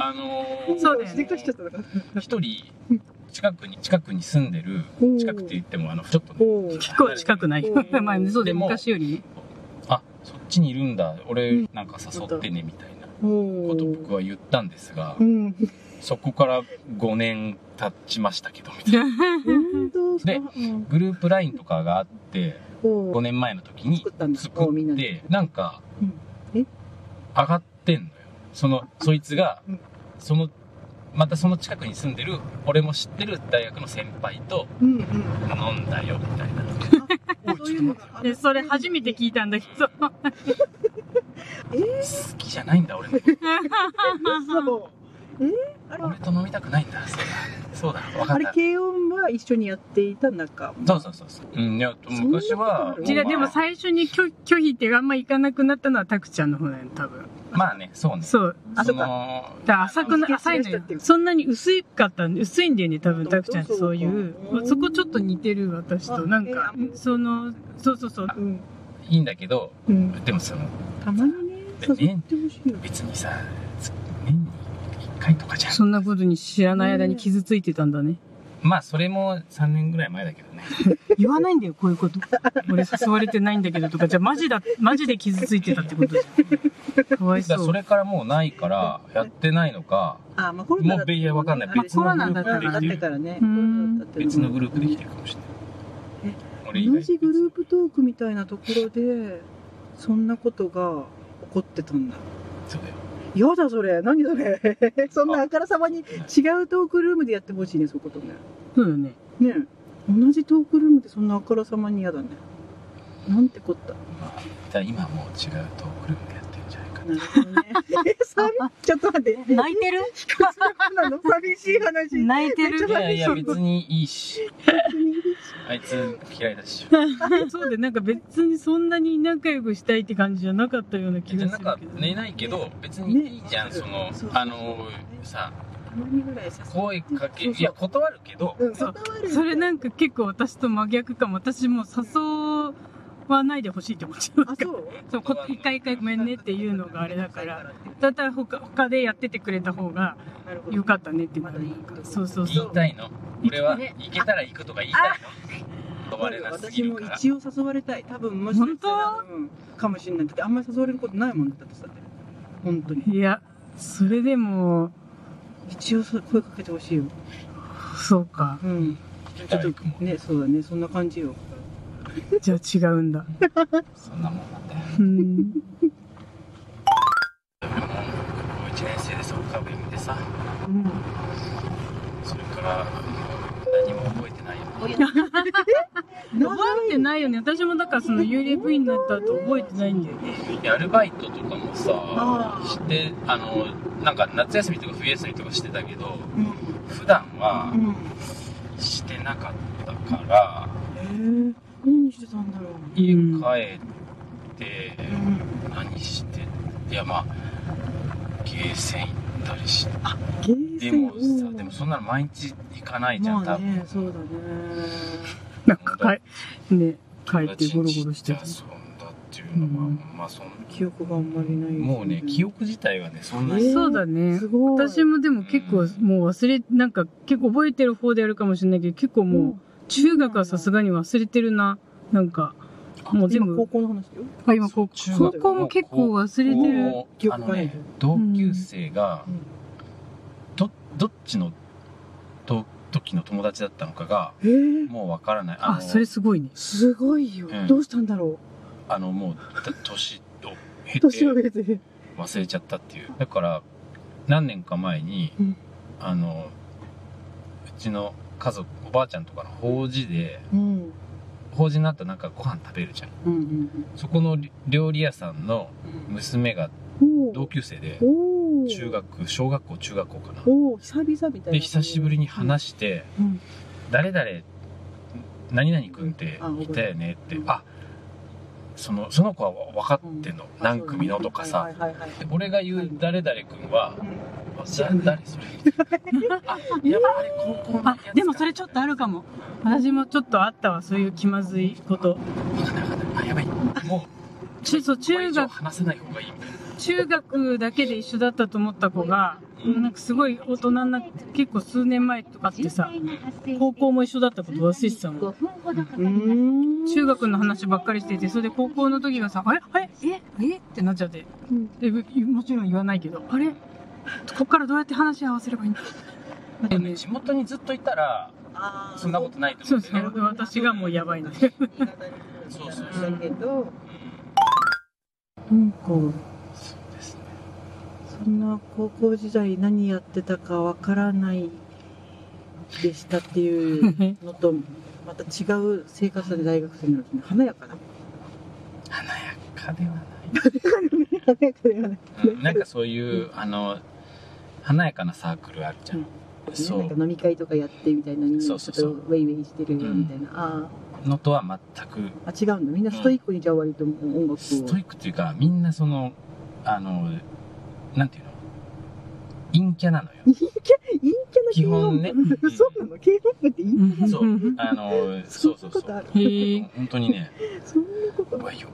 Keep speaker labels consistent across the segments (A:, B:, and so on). A: あの
B: そうだよね
C: 出しちゃったのかな
A: 一人近くに近くに住んでる
C: おー
A: 近くって言ってもあのちょっとね
C: おー
B: 結構近くない
C: お ー
B: 前そうで
A: でも
B: 昔よりね
A: あそっちにいるんだ
C: う
A: 俺
C: ん
A: なんか誘ってねみたいな
C: お
A: ことを
C: ー
A: 僕は言ったんですが
C: うん
A: そこから5年経ちましたけどみたいな
C: うんとそ
A: で
C: のうん
A: グループ LINE とかがあって
C: お
A: 5
C: ー
A: 年前の時に
C: 作ったんだ
A: 作
C: おみん
A: っ
C: なで
A: てなんか
C: うんえ
A: 上がってんのよそのそいつが
C: うん
A: そのまたその近くに住んでる俺も知ってる大学の先輩と
C: うんうん
A: 飲んだよみたいな
C: あそういうのがある
B: でそれ初めて聞いたんだけ ど
A: 好きじゃないんだ俺の
C: そうえーあれ
A: 俺と飲みたくないんだそうだそうだ分か
C: あ
A: っ
C: れ
A: た
C: 慶音は一緒にやっていた仲
A: そうそうそうそううんいや昔は
C: そんなことある
B: 違うでも
A: まあ
B: 最初に拒拒否ってあんま行かなくなったのはタクちゃんの方だよね多分
A: まあねそうね
B: そう
C: あ
A: そ
C: そっか
A: の
B: だから浅くな
C: あ
B: 浅い
C: 見
B: の
C: つけちゃ
B: よ
C: ってる
B: そんなに薄かったんで薄いんだよね多分
C: そう
B: タクちゃんってそうい
C: そう
B: う
C: か
B: そこちょっと似てる私と
C: あ
B: なんか
C: えー
B: そのそうそうそう
C: うん
A: いいんだけど
C: うん
A: でもその
C: たまにね
A: で
C: 誘って
A: ね
C: ほしいよ
A: 別にさつ年に1回とかじゃん
B: そんなことに知らない間に傷ついてたんだね
A: まあそれも3年ぐらい前だけどね
B: 言わないんだよこういうこと俺誘われてないんだけどとかじゃあマジだマジで傷ついてたってことじゃんかわい
A: だから
B: そ
A: そうれからもうないからやってないのか
C: あまあコロナだ
A: もういやわかんない
C: あ
A: 別の
B: コロナだった
C: コ
B: ら
C: ロナだったからね
B: うん
C: コロナだったっていう
A: 別のグループで来
C: う
A: て
C: ん
A: るかもしれ
C: うん
A: ない俺以
C: 同
A: 外
C: じグループトークみたいなところでそんなことが起こってたんだ
A: そうだよ
C: やだそれ何それ そんなあからさまに違うトークルームでやってほしいねそういうことね
B: そうだね
C: ねえ同じトークルームでそんなあからさまに嫌だねなんてこった
A: まあだから今はもう違うとグループでやってるんじゃないかな
C: なるほどね え寂ちょっと待って
B: 泣いてる
C: そうなの寂しい話
B: 泣いて
C: めっち
A: いや
C: ゃ泣
B: る
A: いや別にいいしあいつ嫌いだし
B: そうでなんか別にそんなに仲良くしたいって感じじゃなかったような気
A: じゃな
B: がす
A: ん
B: る
A: か
B: けど
A: 寝ないけど別にいいじゃん、
C: ね
A: その
C: そうそう
A: あのさ
C: たまにぐらいさ
A: 声かけ
C: そうそう
A: いや断るけど
C: うん
B: そう
C: 断る
B: それなんか結構私と真逆かも私もう誘わないでほしいって思っちゃう
C: あそう
B: そうこ一回一回ごめんねっていうのがあれだからだったら他他でやっててくれた方が
C: なるほど
B: よかったねってなる
C: まだいいこと
B: そうそうそ
A: 言いうたいの俺は
C: ね
A: 行けたら行くとか言いたいの断れなすぎ
C: 私
A: る
C: も
A: から
C: 一応誘われたい多分もしかしたら、うん、かもしれないだってあんまり誘われることないもんだってさ本当に
B: いやそれでも
C: 一応そう声かけてほしいよ
B: そうか
C: う
A: 行
C: ん
A: け
C: ち
A: た
C: ょ
A: ら
C: っ
A: 行くもん
C: とねそうだねそんな感じよ
B: じゃあ違うんだ
A: そんなもんなんだよ
B: うん
A: 俺も高校1年生でそっか上見てさ
C: うん
A: それから何も覚えてないよ
B: 覚えてないよね私もだからその幽霊部員になった後覚えてないんだよね
A: いやアルバイトとかもさ
C: あー
A: してあのなんか夏休みとか冬休みとかしてたけど
C: うん
A: 普段は
C: うん
A: してなかったから
C: えー、何してたんだろう
A: 家帰
B: うん
A: って
C: うん
A: 何していやまあゲーセン行ったりして
C: ゲーセ
A: で
C: ン
A: もさでもそんなの毎日行かないじゃん
C: ま
A: 多
C: あね
A: 分
C: そうだね
B: なんかかいね帰ってゴロゴロして
A: 友達んち行って
B: た
A: 遊んだっていうのは、
B: うん
A: まあそん
C: 記憶があんまりない
A: もうね記憶自体はねそんなに
C: え
B: そうだね
C: すごい
B: 私もでも結構もう忘れなんか結構覚えてる方であるかもしれないけど結構もう中学はさすがに忘れてるななんかもう全
C: 今高
B: 部
C: 校の話よ
B: あ今高
A: 中
B: 校
A: 学
B: 高校も結構忘れてる
A: 高校
C: 記
A: あ
C: 憶
A: の
C: がない
A: ね同級生が、
C: うん
A: どどっちのと時の友達だったのかが
C: えー、
A: もうわからないあの
B: あそれすごいね
C: すごいよ、
A: うん
C: どうしたんだろ
A: あのもうだ年を経
C: う年を
A: て
C: 経て
A: 忘れちゃったっていうだから何年か前に、
C: うん
A: あのうちの家族おばあちゃんとかの法事で
C: うん
A: 法事になったらなんかご飯食べるじゃん
C: うんうん
A: そこのり料理屋さんの娘が
C: うん
A: 同級生で
C: おー
A: 中学小学校中学校かな
C: おー久々みたいな
A: で久しぶりに話して
C: うんうん
A: 「誰々何々君っていたよね」って「
C: うん
A: あそのその子は分かってんの
C: あ
A: 何組の」とか
C: は
A: さ
C: いはいはいはい
A: で俺が言う「誰々君は
C: うん
A: あだ誰それ」あやばいあれ高校の
B: あ
A: やつか
B: でもそれちょっとあるかも私もちょっとあったわそういう気まずいこと
A: わかんないわかんないあやばいも
B: 中そう
A: うこれ以
B: 中
A: 上
B: 学
A: 話せない方がいいみたいな
B: 中学だけで一緒だったと思った子が
A: うん
B: なんかすごい大人になって、結構数年前とかってさ、高校も一緒だったこと忘れてたもん。
C: うん
B: 中学の話ばっかりしてて、それで高校の時がさ、あれあれええってなっちゃって。
C: うん
B: で、もちろん言わないけど、あれここからどうやって話し合わせればいいんだ
A: でもね地元にずっといたら
C: あー
A: そんなことないと
B: そ
A: 思
B: う
A: うけ
B: です
A: ど
B: ね
A: ね。
B: 私がもうやばいので。
C: 新潟に住んでたんだけど
A: うん
C: こう
A: そうですね
C: そんな高校時代何やってたかわからないでしたっていうのとまた違う生活で大学生になるとね華やかな
A: 華やかではない
C: 華やかではない
A: うんなんかそういう、あの華やかなサークルあるじゃん、そ
C: なん
A: う
C: か飲み会とかやってみたいなみんなちょ
A: そうそ
C: っ
A: う
C: と
A: そう
C: ウェイウェイしてるみたいな、あ
A: のとは全く
C: ーあ違うんだみんなストイックにじゃあ割と音楽を
A: ストイックっていうかみんなそのあのなんていうの陰キャなのよ
C: 陰キャ陰キ
A: 基
C: ャの
A: 本
C: K-POP
A: ね
C: そうなの K-POP って陰キャなの
A: そうあの
C: そ
A: そ
C: ん
A: うそ
C: な
A: う
C: こ
A: そう
C: とある
B: へ え。
A: 本当にね
C: そんなこと
A: う
C: ある
A: わよ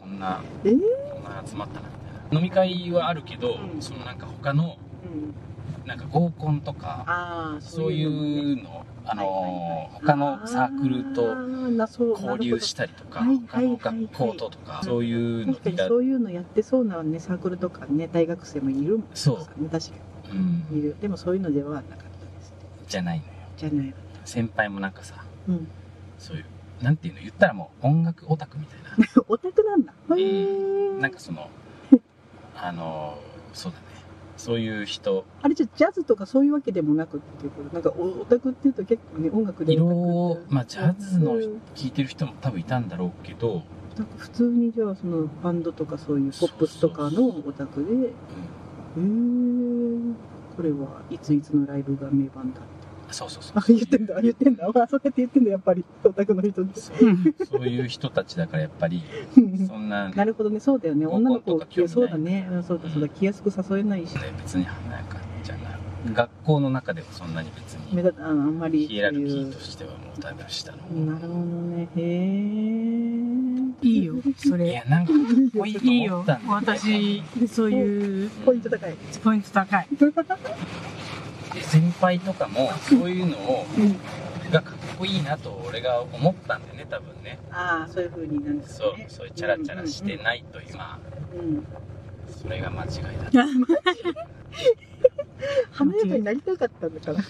A: こんな、
C: えー
A: こんな集まったなみたいな飲み会はあるけど、
C: うん
A: そのなんか他の
C: うん
A: なんか合コンとか
C: ああ
A: そうい
C: のもね
A: うのあ
C: はい
A: の他のサークル
C: あ
A: と
C: ーなそう
A: 交流したりとか
C: はい
A: 他の学校ととかそういう
C: なるほど
A: のが
C: 確かにそういうのやってそうなねサークルとかね大学生もいるもんね
A: そう
C: 確か
A: うん
C: にいるでもそういうのではなかったです
A: じゃないのよ
C: じゃないわ
A: 先輩もなんかさ
C: うん
A: そういうなんていうの言ったらもう音楽オタクみたいな
C: オタクなんだへー
A: なんかそのあのそうだねそういう人
C: あれじゃジャズとかそういうわけでもなくっていうことなんかおオタクっていうと結構ね音楽で
A: 色
C: オ
A: を
C: タク
A: まあジャズの
C: うん
A: 聴いてる人も多分いたんだろうけど、
C: なんか普通にじゃあそのバンドとかそういうポップスとかのオタクでへ
A: うん、
C: ーこれはいついつのライブが名盤だ
A: そうそうそう
C: あ言ってんだ言ってんだあそうやって言ってんだやっぱりオタクの人です
A: そうそういう人たちだからやっぱりそんな
C: なるほどねそうだよ ね
A: 合コン
C: 女の子
A: とか興味ない
C: そうだねうんそうだそうだ気安く誘えないし
A: 別に華やかじゃない学校の中でもそんなに別に
C: 目立たああんまり
A: ヒエラルキ
C: そうい
A: ー
C: う
A: としてはもうだいぶ下の
C: なるほどねへえ
B: いいよ、そ
A: い
B: れ。
A: やなんかかっこい
B: いい
A: いと思
B: よ
A: ったんだ。
B: 私、そういう
C: ポイント高 い
B: ポイント高い。
A: で先輩とかもそういうのを
C: うん
A: がかっこいいなと俺が思ったんだよね多分ね
C: ああそういう風になんです
A: そう
C: ね
A: そういうチャラチャラしてないというまあ
C: うんうんうん
A: それが間違いだ
C: 華やかになりたかったんだから
A: い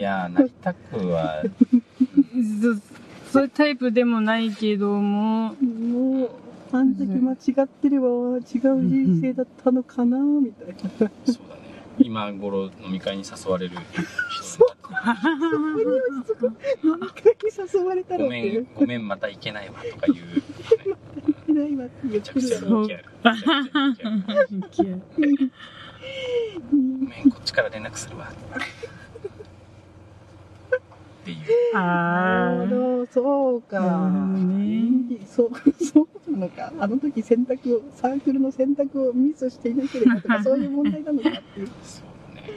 A: やーなりたくは
B: そそういうタイプでもないけども、
C: もうあん時間違ってれば違う人生だったのかなみたいな
A: そうだね今頃飲み会に誘われる人になっ
C: 一回誘われた
A: て
C: ら
A: ご
C: っ
A: め
C: て
A: んごめんまた行けないわとか言う、ね、
C: いないわって言
A: め
C: っ
A: ちゃ
C: て
A: く
C: る
A: ちゃ
C: だろ
A: 人気あるめちゃくちゃ人気あるごめんこっちから連絡するわっていう
B: あ
C: なる
B: ー
C: ほど、そうか。
B: なるほどね
C: そう、そうなのか。あの時選択を、サークルの選択をミスしていなければとか、そういう問題なのかって いう。
A: そうだね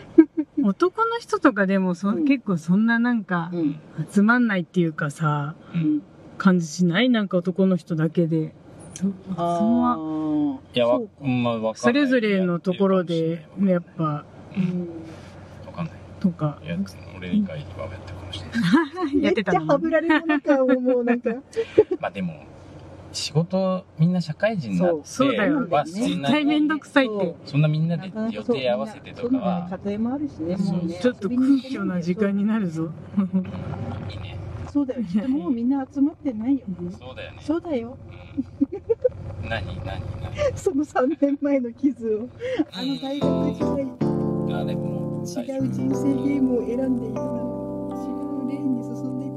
B: 男の人とかでもそ、
C: うん
B: 結構そんななんか
C: うん。
B: つまんないっていうかさ
A: うん
B: 感じしないなんか男の人だけでそそんな
A: いうやわ
C: そうか
A: う。んまあわか
B: そ
A: んない
B: れぞれのところでやっ
A: わ
B: ぱ
C: うん
A: かんない
B: とか
A: いや俺以外にはやってるかもしれない
B: やってた
C: めっちゃは
B: の
C: ぶ
B: ね
C: られ者か、もうなんか。
A: まあでも仕事みんな社会人になって
B: そう そうだよ
A: まあそん
B: 絶
A: な
B: 対面
A: に
B: 倒くさいって
C: そう
A: そんなみんな
C: な
A: で
C: かなか
A: 予
C: そう
A: 定合わせてとか
C: そ
A: は
C: うだね家庭もあるしね、もうね。
B: ちょっと空虚な時間になるぞ
A: いいね
C: そうだよ。人もうみんな集まってないよ。
A: そうだよね
C: そうだよ。
A: うん何何何
C: その3年前の傷を。あの大学時代。
A: あでも
C: 違う人生ゲームを選んでいるなら違うレーンに進んでいる